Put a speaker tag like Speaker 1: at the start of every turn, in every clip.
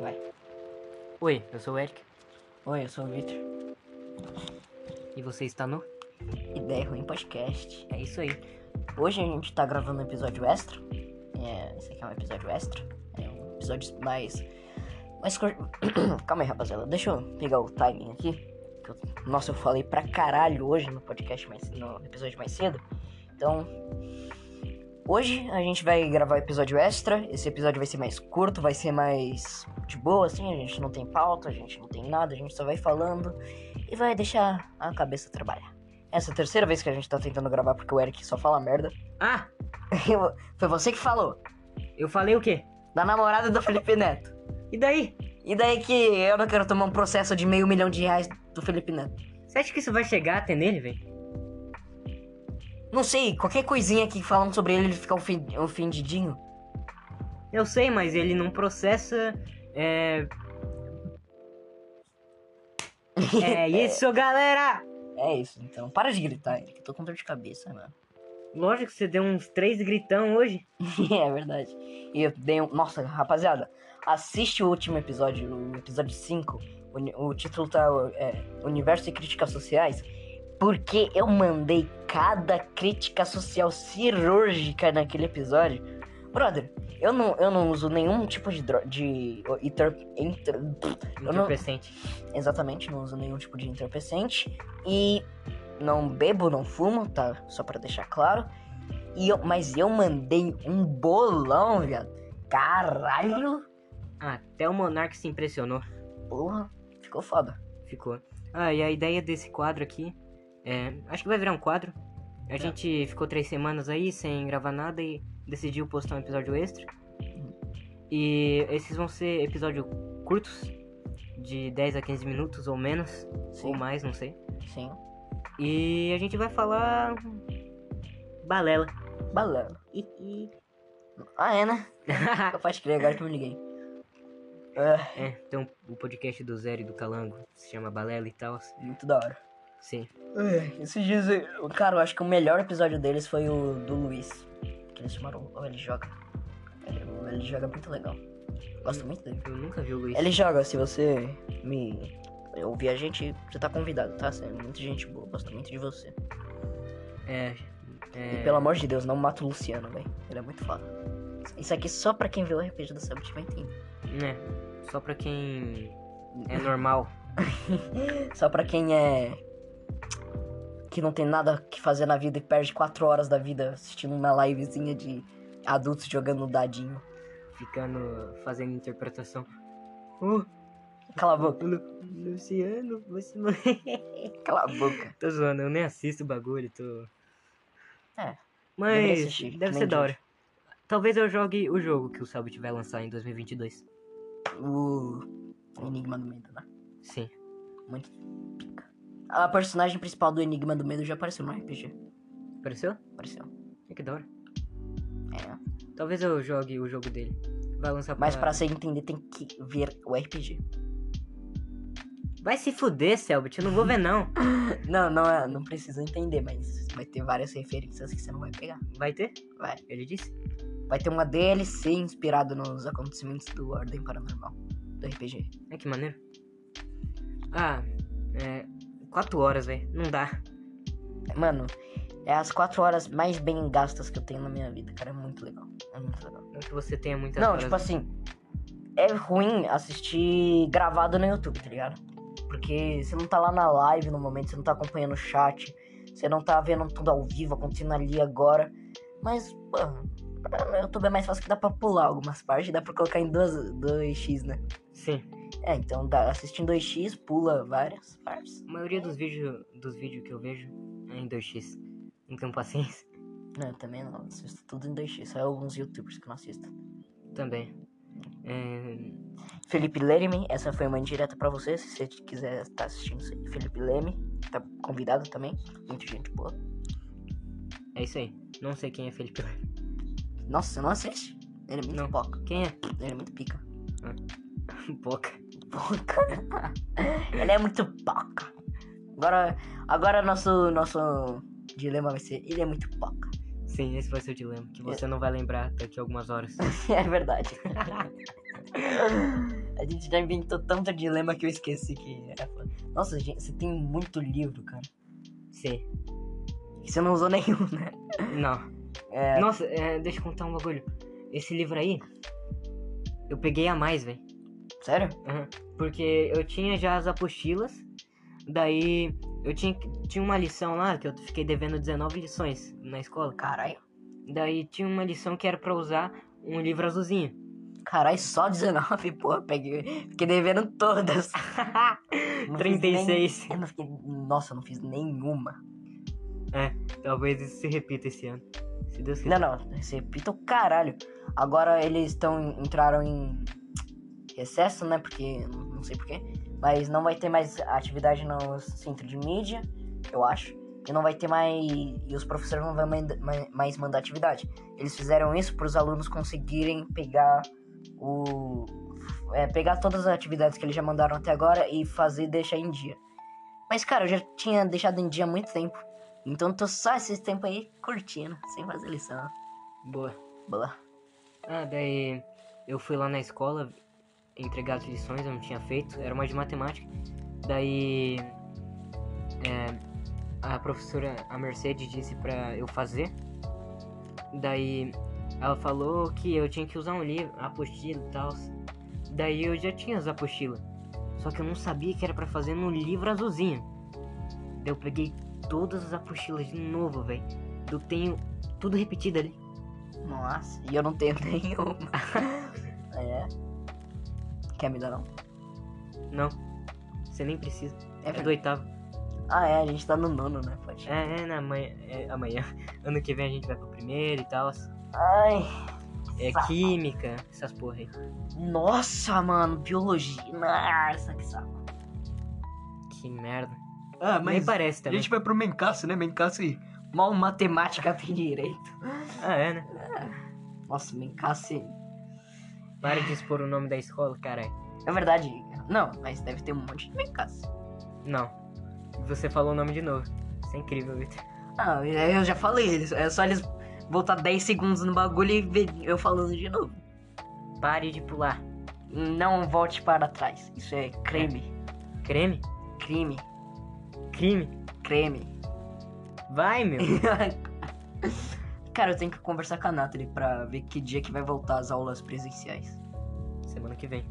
Speaker 1: Vai.
Speaker 2: Oi, eu sou o Eric
Speaker 1: Oi, eu sou o Victor.
Speaker 2: e você está no.
Speaker 1: Ideia Ruim Podcast.
Speaker 2: É isso aí.
Speaker 1: Hoje a gente tá gravando um episódio extra. É, esse aqui é um episódio extra. É um episódio mais. mais cur... Calma aí, rapaziada. Deixa eu pegar o timing aqui. que eu- Nossa, eu falei pra caralho hoje no podcast mais no episódio mais cedo. Então. Hoje a gente vai gravar o episódio extra. Esse episódio vai ser mais curto, vai ser mais de boa, assim. A gente não tem pauta, a gente não tem nada, a gente só vai falando e vai deixar a cabeça trabalhar. Essa é a terceira vez que a gente tá tentando gravar porque o Eric só fala merda.
Speaker 2: Ah!
Speaker 1: Eu- Foi você que falou.
Speaker 2: Eu falei o quê?
Speaker 1: Da namorada do Felipe Neto.
Speaker 2: E daí?
Speaker 1: E daí que eu não quero tomar um processo de meio milhão de reais do Felipe Neto.
Speaker 2: Você acha que isso vai chegar até nele, velho?
Speaker 1: Não sei, qualquer coisinha que falam sobre ele, ele fica um ofen- ofendidinho.
Speaker 2: Eu sei, mas ele não processa. É. É isso, galera!
Speaker 1: É isso, então. Para de gritar, Eric. Eu tô com dor de cabeça, mano.
Speaker 2: Lógico que você deu uns três gritão hoje.
Speaker 1: é verdade. E eu dei um... Nossa, rapaziada. Assiste o último episódio, o episódio 5. O, ni- o título tá é, Universo e Críticas Sociais. Porque eu mandei cada crítica social cirúrgica naquele episódio. Brother, eu não, eu não uso nenhum tipo de droga. De. o- inter- inter- Eu não-
Speaker 2: Entorpecente.
Speaker 1: exatamente, não uso nenhum tipo de entorpecente. E não bebo, não fumo, tá? Só pra deixar claro. E eu, mas eu mandei um bolão, viado. Caralho!
Speaker 2: Ah, Até o Monark se impressionou.
Speaker 1: Porra, ficou foda.
Speaker 2: Ficou. Ah, e a ideia desse quadro aqui é. Acho que vai virar um quadro.
Speaker 1: É.
Speaker 2: A gente ficou três semanas aí sem gravar nada e decidiu postar um episódio extra. E esses vão ser episódios curtos, de 10 a 15 minutos ou menos,
Speaker 1: Sim,
Speaker 2: ou mais, não sei.
Speaker 1: sim.
Speaker 2: E a gente vai falar. balela.
Speaker 1: Balão.
Speaker 2: Ih, ih.
Speaker 1: Ah, é, né? Eu faço crer agora que eu me liguei. Ah,
Speaker 2: é, tem um- o podcast do Zero e do Calango, se chama Balela e tal.
Speaker 1: muito da hora.
Speaker 2: Sim.
Speaker 1: Ah, Esses dias, eu- cara, eu acho que o melhor episódio deles foi o do Luiz. Que eles chamaram o Ele Joga. Ele, o Ele Joga é muito legal. Gosto muito dele.
Speaker 2: Eu nunca vi o Luiz.
Speaker 1: Ele joga, se você me ouvir a gente, você tá convidado, tá? Você é muita gente boa, gosto muito de você.
Speaker 2: É.
Speaker 1: E
Speaker 2: é...
Speaker 1: pelo amor de Deus, não mata o Luciano, velho. Ele é muito foda. Isso aqui só pra quem vê o RPG do Sabot vai entender.
Speaker 2: né? Só pra quem é normal.
Speaker 1: Só pra quem é. que não tem nada que fazer na vida e perde 4 horas da vida assistindo uma livezinha de adultos jogando dadinho.
Speaker 2: ficando fazendo interpretação.
Speaker 1: Cala a boca,
Speaker 2: Luciano, você.
Speaker 1: cala a boca.
Speaker 2: tô zoando, eu nem assisto o bagulho, tô.
Speaker 1: É, deveria
Speaker 2: Mas
Speaker 1: assistir, que nem
Speaker 2: deve ser da hora.
Speaker 1: gente.
Speaker 2: Talvez eu jogue o jogo que o Sabut vai lançar em 2022.
Speaker 1: O Uh, Enigma do Medo, né?
Speaker 2: Sim.
Speaker 1: Muito pica. A personagem principal do Enigma do Medo já apareceu no RPG.
Speaker 2: Apareceu?
Speaker 1: Apareceu.
Speaker 2: É que da hora.
Speaker 1: É.
Speaker 2: Talvez eu jogue o jogo dele. Vai lançar
Speaker 1: Mas pra você entender, tem que ver o RPG.
Speaker 2: Vai se fuder, Selbit, eu não vou ver não.
Speaker 1: Não, não é. Não precisa entender, mas vai ter várias referências que você não vai pegar.
Speaker 2: Vai ter?
Speaker 1: Vai.
Speaker 2: Ele disse?
Speaker 1: Vai ter uma DLC inspirada nos acontecimentos do Ordem Paranormal. Do RPG.
Speaker 2: É que maneiro. Ah, é. 4 horas, velho. Não dá.
Speaker 1: Mano, é as quatro horas mais bem gastas que eu tenho na minha vida, cara. É muito legal. É muito legal.
Speaker 2: Não que você tenha muitas
Speaker 1: Não,
Speaker 2: horas.
Speaker 1: tipo assim, é ruim assistir gravado no YouTube, tá ligado? Porque você não tá lá na live no momento, você não tá acompanhando o chat, você não tá vendo tudo ao vivo acontecendo ali agora. Mas, pô, no YouTube é mais fácil que dá pra pular algumas partes, dá pra colocar em duas, 2x, né?
Speaker 2: Sim.
Speaker 1: É, então dá, assiste em 2x, pula várias partes.
Speaker 2: A maioria dos vídeos dos vídeos que eu vejo é em 2x. Não tenho paciência.
Speaker 1: Não, eu também não assisto tudo em 2x, só alguns youtubers que eu não assisto.
Speaker 2: Também. É,
Speaker 1: Felipe Leme, essa foi uma indireta pra você, se você quiser estar assistindo isso aí. Felipe Leme, tá convidado também, muita gente boa.
Speaker 2: é isso aí. Não sei quem é Felipe Leme.
Speaker 1: Nossa, você não assiste? Ele é muito
Speaker 2: Não.
Speaker 1: poca,
Speaker 2: Quem é?
Speaker 1: ele é muito pica.
Speaker 2: Boca.
Speaker 1: Poca? ele é muito poca. Agora, agora nosso, nosso dilema vai ser, ele é muito poca.
Speaker 2: Sim, esse vai ser o dilema.
Speaker 1: É.
Speaker 2: Que você não vai lembrar daqui a algumas horas.
Speaker 1: é verdade. É A A gente já inventou tanto dilema que eu esqueci que era foda. Nossa, gente, você tem muito livro, cara.
Speaker 2: Sim.
Speaker 1: E Você não usou nenhum, né?
Speaker 2: Não.
Speaker 1: É.
Speaker 2: Nossa, é, deixa eu contar um bagulho. Esse livro aí, eu peguei a mais, velho.
Speaker 1: Sério?
Speaker 2: Aham. Porque eu tinha já as apostilas, daí eu tinha, tinha uma lição lá que eu fiquei devendo 19 lições na escola.
Speaker 1: Caralho.
Speaker 2: Daí tinha uma lição que era pra usar um livro azulzinho.
Speaker 1: Caralho, só 19, pô. Peguei. Fiquei devendo todas. Não fiz
Speaker 2: 36.
Speaker 1: nem- Eu não fiquei. Nossa, eu não fiz nenhuma.
Speaker 2: Talvez isso se repita esse ano. Se Deus
Speaker 1: Não,
Speaker 2: quiser.
Speaker 1: não. Você pita o caralho. Agora eles estão. Entraram em. Recesso, né? Porque. Não sei porquê. Mas não vai ter mais atividade no centro de mídia, eu acho. E não vai ter mais. E os professores não vão manda- ma- mais mandar atividade. Eles fizeram isso para os alunos conseguirem pegar o. é, pegar todas as atividades que eles já mandaram até agora e fazer deixar em dia. Mas, cara, eu já tinha deixado em dia há muito tempo. Então eu tô só esse tempo aí curtindo, sem fazer lição.
Speaker 2: Boa.
Speaker 1: Boa.
Speaker 2: Ah, daí eu fui lá na escola entregar as lições, eu não tinha feito, era uma de matemática. Daí é, a professora, a Mercedes, disse pra eu fazer. Daí ela falou que eu tinha que usar um livro, apostila e tal. Daí eu já tinha as apostilas. Só que eu não sabia que era pra fazer no livro azulzinho. Daí eu peguei todas as apostilas de novo, velho. Eu tenho tudo repetido ali.
Speaker 1: Nossa, e eu não tenho nenhuma. é. Quer me dar não?
Speaker 2: Não. Você nem precisa. É,
Speaker 1: verdade.
Speaker 2: do oitavo.
Speaker 1: Ah, é, a gente tá no nono, né? Pode.
Speaker 2: É, é, na manhã, é amanhã. Ano que vem a gente vai pro primeiro e tal.
Speaker 1: Ai,
Speaker 2: É
Speaker 1: Safado.
Speaker 2: química, essas porra aí.
Speaker 1: nossa, mano, biologia. Nossa, que saco.
Speaker 2: Que merda.
Speaker 1: Ah,
Speaker 2: Nem parece também.
Speaker 1: vai pro Mencasse, né? Mencasse mal matemática tem direito.
Speaker 2: Ah, é, né?
Speaker 1: Nossa, Mencasse.
Speaker 2: Para de expor o nome da escola, caralho.
Speaker 1: É verdade. Não, mas deve ter um monte de Mencasse.
Speaker 2: Não. Você falou o nome de novo. Isso é incrível, Vitor.
Speaker 1: Ah, eu já falei, eles- é só eles voltar 10 segundos no bagulho e ver eu falando de novo.
Speaker 2: Pare de pular.
Speaker 1: Não volte para trás. Isso é crime.
Speaker 2: Creme?
Speaker 1: Crime.
Speaker 2: Crime?
Speaker 1: Crime.
Speaker 2: Vai, meu.
Speaker 1: Cara, eu tenho que conversar com a Nathalie pra ver que dia que vai voltar as aulas presenciais.
Speaker 2: Semana que vem.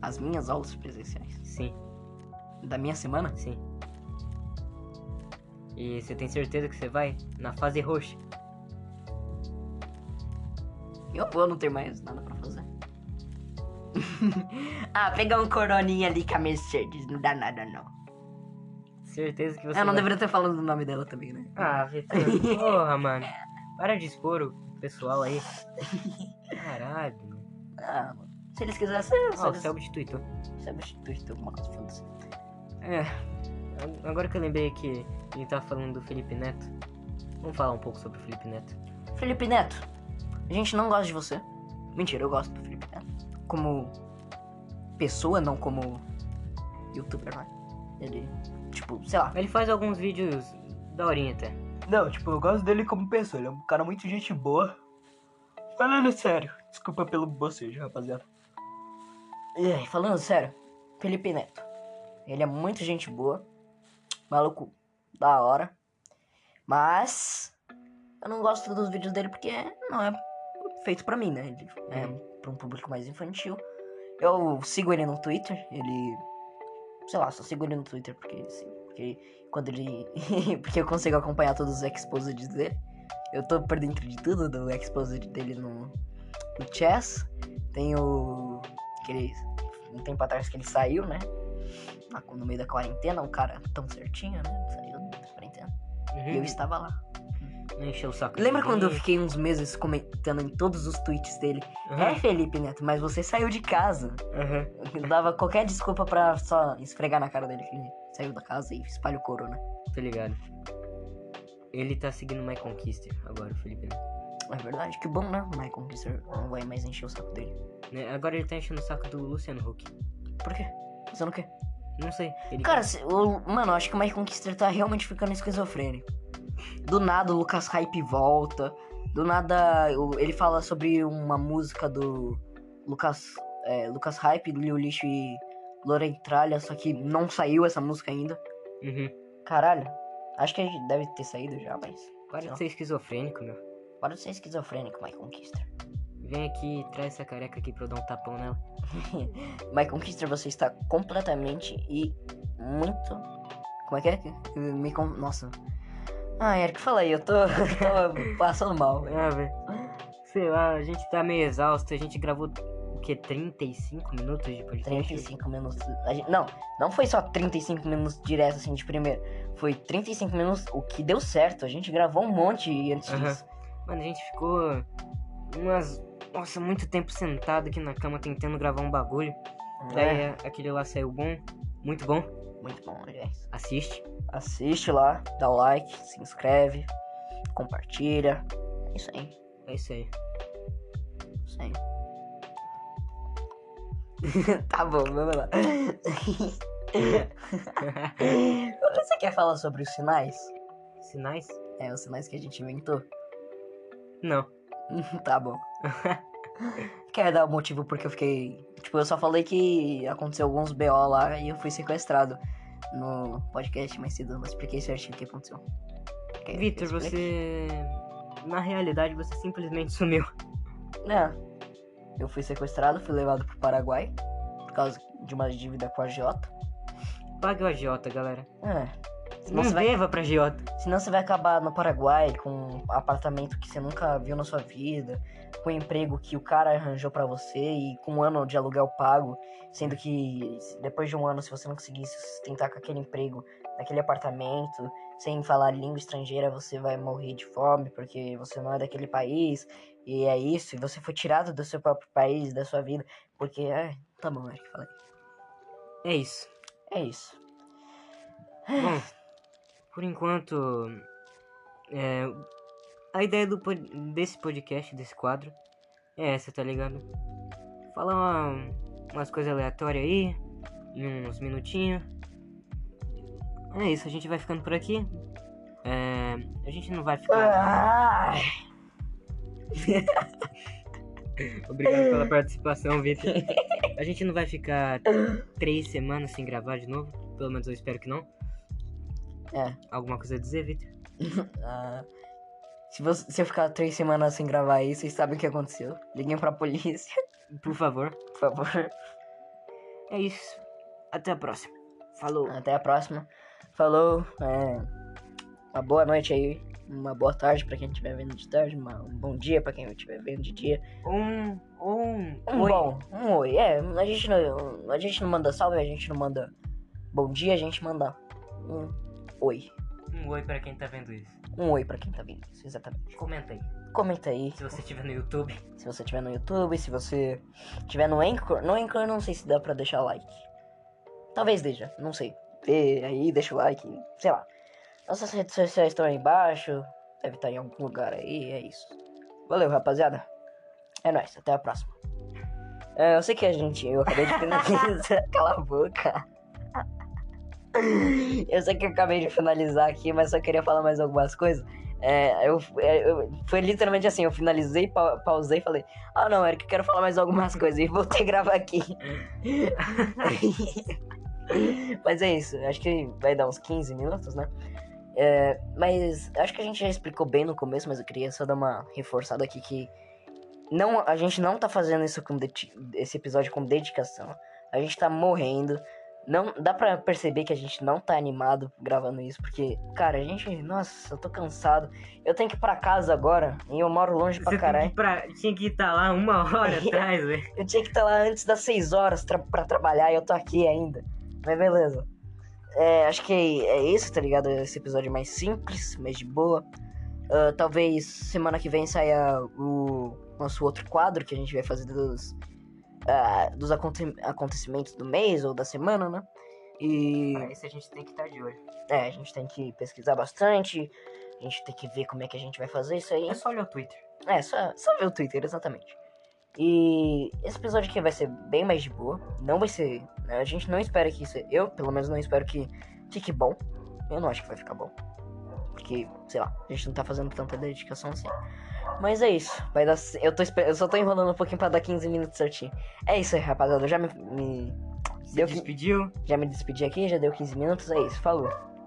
Speaker 1: As minhas aulas presenciais.
Speaker 2: Sim, Ah,
Speaker 1: Da minha semana?
Speaker 2: sim. E você tem certeza que você vai? Na fase roxa.
Speaker 1: Eu vou, não ter mais nada pra fazer. ah, pegar um coroninha ali com a Mercedes, não dá nada não.
Speaker 2: Certeza que você
Speaker 1: eu É, não
Speaker 2: vai.
Speaker 1: deveria ter falado o nome dela também, né?
Speaker 2: Ah, Vitor, porra, mano. Para de expor o pessoal aí. Caralho. mano.
Speaker 1: Ah, mano. se eles quisessem, eu
Speaker 2: Ó,
Speaker 1: só
Speaker 2: o Selbit tweetou.
Speaker 1: substituir alguma coisa, foda-se. É.
Speaker 2: Agora que eu lembrei que a gente tava falando do Felipe Neto, vamos falar um pouco sobre o Felipe Neto.
Speaker 1: Felipe Neto, a gente não gosta de você. Mentira, eu gosto do Felipe Neto. Como pessoa, não como youtuber, né? Ele, tipo, sei lá.
Speaker 2: Ele faz alguns vídeos da horinha até.
Speaker 1: Não, tipo, eu gosto dele como pessoa. Ele é um cara muito gente boa. Falando sério. Desculpa pelo bocejo, rapaziada. É, falando sério, Felipe Neto. Ele é muito gente boa. Maluco da hora. Mas eu não gosto dos vídeos dele porque não é feito pra mim, né? Ele é pra um público mais infantil. Eu sigo ele no Twitter, ele. Sei lá, só sigo ele no Twitter porque sim. Porque quando ele. porque eu consigo acompanhar todos os exposed dele. Eu tô por dentro de tudo do exposed dele no, no chess. Tem o. que ele. Um tempo atrás que ele saiu, né? Na- No meio da quarentena, um cara tão certinho, né? Saiu da quarentena. E eu
Speaker 2: Uhum.
Speaker 1: estava lá. Uhum.
Speaker 2: Não encheu o saco.
Speaker 1: Lembra quando eu
Speaker 2: fiquei?
Speaker 1: fiquei uns meses comentando em todos os tweets dele? É, Felipe Neto, mas você saiu de casa. Eu dava qualquer desculpa pra só esfregar na cara dele que ele saiu da casa e espalha o corona.
Speaker 2: Tô ligado. Ele tá seguindo My Conquista agora, o Felipe Neto.
Speaker 1: É verdade, que bom, né? O Michael Kisser não vai mais encher o saco dele.
Speaker 2: Né, Agora ele tá enchendo o saco do Luciano Huck.
Speaker 1: Por quê? Pensando o quê?
Speaker 2: Não sei. Ele
Speaker 1: Cara, se- o, mano, eu acho que o Michael Kisser tá realmente ficando esquizofrênico. Do nada o Lucas Hype volta. Do nada o- ele fala sobre uma música do Lucas. é, Lucas Hype, Lil Lixo e Loren Tralha, só que não saiu essa música ainda.
Speaker 2: Uhum.
Speaker 1: Caralho, acho que a gente deve ter saído já, mas.
Speaker 2: Para
Speaker 1: Não.
Speaker 2: de ser esquizofrênico, meu.
Speaker 1: Para de ser esquizofrênico, Mike Conquista.
Speaker 2: Vem aqui e traz essa careca aqui pra eu dar um tapão nela.
Speaker 1: Mike Conquista, você está completamente e muito. Como é que é? que- Me con... Nossa. Ah, Eric, fala aí, eu tô, tô passando mal.
Speaker 2: Ah, velho. Sei lá, a gente tá meio exausto. A gente gravou o quê? 35 minutos de podcast?
Speaker 1: 35 minutos. a gente- não, não foi só 35 minutos direto assim de primeiro. Foi 35 minutos, o que deu certo. A gente gravou um monte antes
Speaker 2: Aham.
Speaker 1: disso.
Speaker 2: Mano, a gente ficou umas. Nossa, muito tempo sentado aqui na cama tentando gravar um bagulho. Daí
Speaker 1: É,
Speaker 2: a- aquele lá saiu bom. Muito bom.
Speaker 1: Muito bom, aliás.
Speaker 2: Assiste.
Speaker 1: Assiste lá, dá o like, se inscreve, compartilha. É isso aí,
Speaker 2: É isso aí.
Speaker 1: é isso aí. tá bom, vamos lá. Você quer falar sobre os sinais?
Speaker 2: Sinais?
Speaker 1: É, os sinais que a gente inventou?
Speaker 2: Não.
Speaker 1: Tá bom. Quer dar o motivo porque eu fiquei. Tipo, eu só falei que aconteceu alguns BO lá e eu fui sequestrado no podcast mais cedo, mas expliquei certinho o que aconteceu. Quer que
Speaker 2: Vitor,
Speaker 1: eu explique?
Speaker 2: você. Na realidade, você simplesmente sumiu.
Speaker 1: Não. É. Eu fui sequestrado, fui levado pro Paraguai por causa de uma dívida com a Giota.
Speaker 2: Pague o agiota, galera.
Speaker 1: É. Senão
Speaker 2: Não
Speaker 1: você, vai,
Speaker 2: beva pra agiota.
Speaker 1: senão você vai acabar no Paraguai com um apartamento que você nunca viu na sua vida, com um emprego que o cara arranjou pra você e com um ano de aluguel pago, sendo que se- depois de um ano, se você não conseguir se sustentar com aquele emprego, naquele apartamento, sem falar língua estrangeira, você vai morrer de fome porque você não é daquele país e é isso, e você foi tirado do seu próprio país, da sua vida, porque é. Tá bom, Eric, falei.
Speaker 2: É isso.
Speaker 1: É isso.
Speaker 2: Bom, por enquanto, é, a ideia do, pod- desse podcast, desse quadro, é essa, tá ligado? Falar uma- umas coisas aleatórias aí, em uns minutinhos. É isso, a gente vai ficando por aqui. É, a gente não vai ficar.
Speaker 1: Ah!
Speaker 2: Obrigado pela participação, Vitor. A gente não vai ficar três semanas sem gravar de novo. Pelo menos eu espero que não.
Speaker 1: É.
Speaker 2: Alguma coisa a dizer, Vitor?
Speaker 1: Ah, se você se eu ficar três semanas sem gravar aí, vocês sabem o que aconteceu. Liguem pra polícia,
Speaker 2: Por favor.
Speaker 1: por favor.
Speaker 2: É isso. Até a próxima. Falou.
Speaker 1: Até a próxima. Falou. é, uma boa noite aí. Uma boa tarde pra quem estiver vendo de tarde. uma- um bom dia pra quem estiver vendo de dia.
Speaker 2: Um, um,
Speaker 1: Um
Speaker 2: oi.
Speaker 1: bom, um oi. É, a gente, não, a gente não manda salve, a gente não manda bom dia, a gente manda um oi.
Speaker 2: Um oi pra quem tá vendo isso.
Speaker 1: Um oi pra quem tá vendo isso, exatamente.
Speaker 2: Comenta aí.
Speaker 1: Comenta aí.
Speaker 2: Se você estiver no YouTube.
Speaker 1: Se você tiver no YouTube, se você tiver no Anchor. No Anchor eu não sei se dá pra deixar like. Talvez deixa, não sei. Vê aí, deixa o like, sei lá. Nossas redes sociais estão aí embaixo. Deve estar em algum lugar aí, é isso. Valeu, rapaziada. É nóis, até a próxima. É, eu sei que a gente. Eu acabei de finalizar. Cala a boca. Eu sei que eu acabei de finalizar aqui, mas só queria falar mais algumas coisas. É, eu, é, eu- foi literalmente assim, eu finalizei, pa- pausei e falei, ah não, Eric, eu quero falar mais algumas coisas e voltei a gravar aqui. mas é isso, acho que vai dar uns 15 minutos, né? É, mas acho que a gente já explicou bem no começo, mas eu queria só dar uma reforçada aqui que não, a gente não tá fazendo isso com dedi- esse episódio com dedicação. A gente tá morrendo. Não, dá pra perceber que a gente não tá animado gravando isso, porque, cara, a gente. Nossa, eu tô cansado. Eu tenho que ir pra casa agora e eu moro longe pra
Speaker 2: Você
Speaker 1: caralho.
Speaker 2: tem que ir pra- tinha que estar lá uma hora atrás, velho.
Speaker 1: Eu tinha que estar lá antes das 6 horas tra pra trabalhar e eu tô aqui ainda. Mas beleza. É, acho que é isso, tá ligado? Esse episódio é mais simples, mais de boa. Ah, talvez semana que vem saia o nosso outro quadro que a gente vai fazer dos, ah, dos aconte- acontecimentos do mês ou da semana, né? E
Speaker 2: Pra É, isso a gente tem que estar de olho.
Speaker 1: é, a gente tem que pesquisar bastante, a gente tem que ver como é que a gente vai fazer isso aí.
Speaker 2: É só olhar o Twitter.
Speaker 1: É, só, só ver o Twitter, exatamente. E esse episódio aqui vai ser bem mais de boa. Não vai ser. né, A gente não espera que isso. Eu, pelo menos, não espero que fique bom. Eu não acho que vai ficar bom. Porque, sei lá, a gente não tá fazendo tanta dedicação assim. Mas é isso. Vai dar, eu, tô, esper- eu só tô enrolando um pouquinho pra dar 15 minutos certinho. É isso aí, rapaziada. Eu já me- me
Speaker 2: Se
Speaker 1: Deu que-
Speaker 2: despediu.
Speaker 1: Já me despedi aqui, já deu 15 minutos, é isso, falou.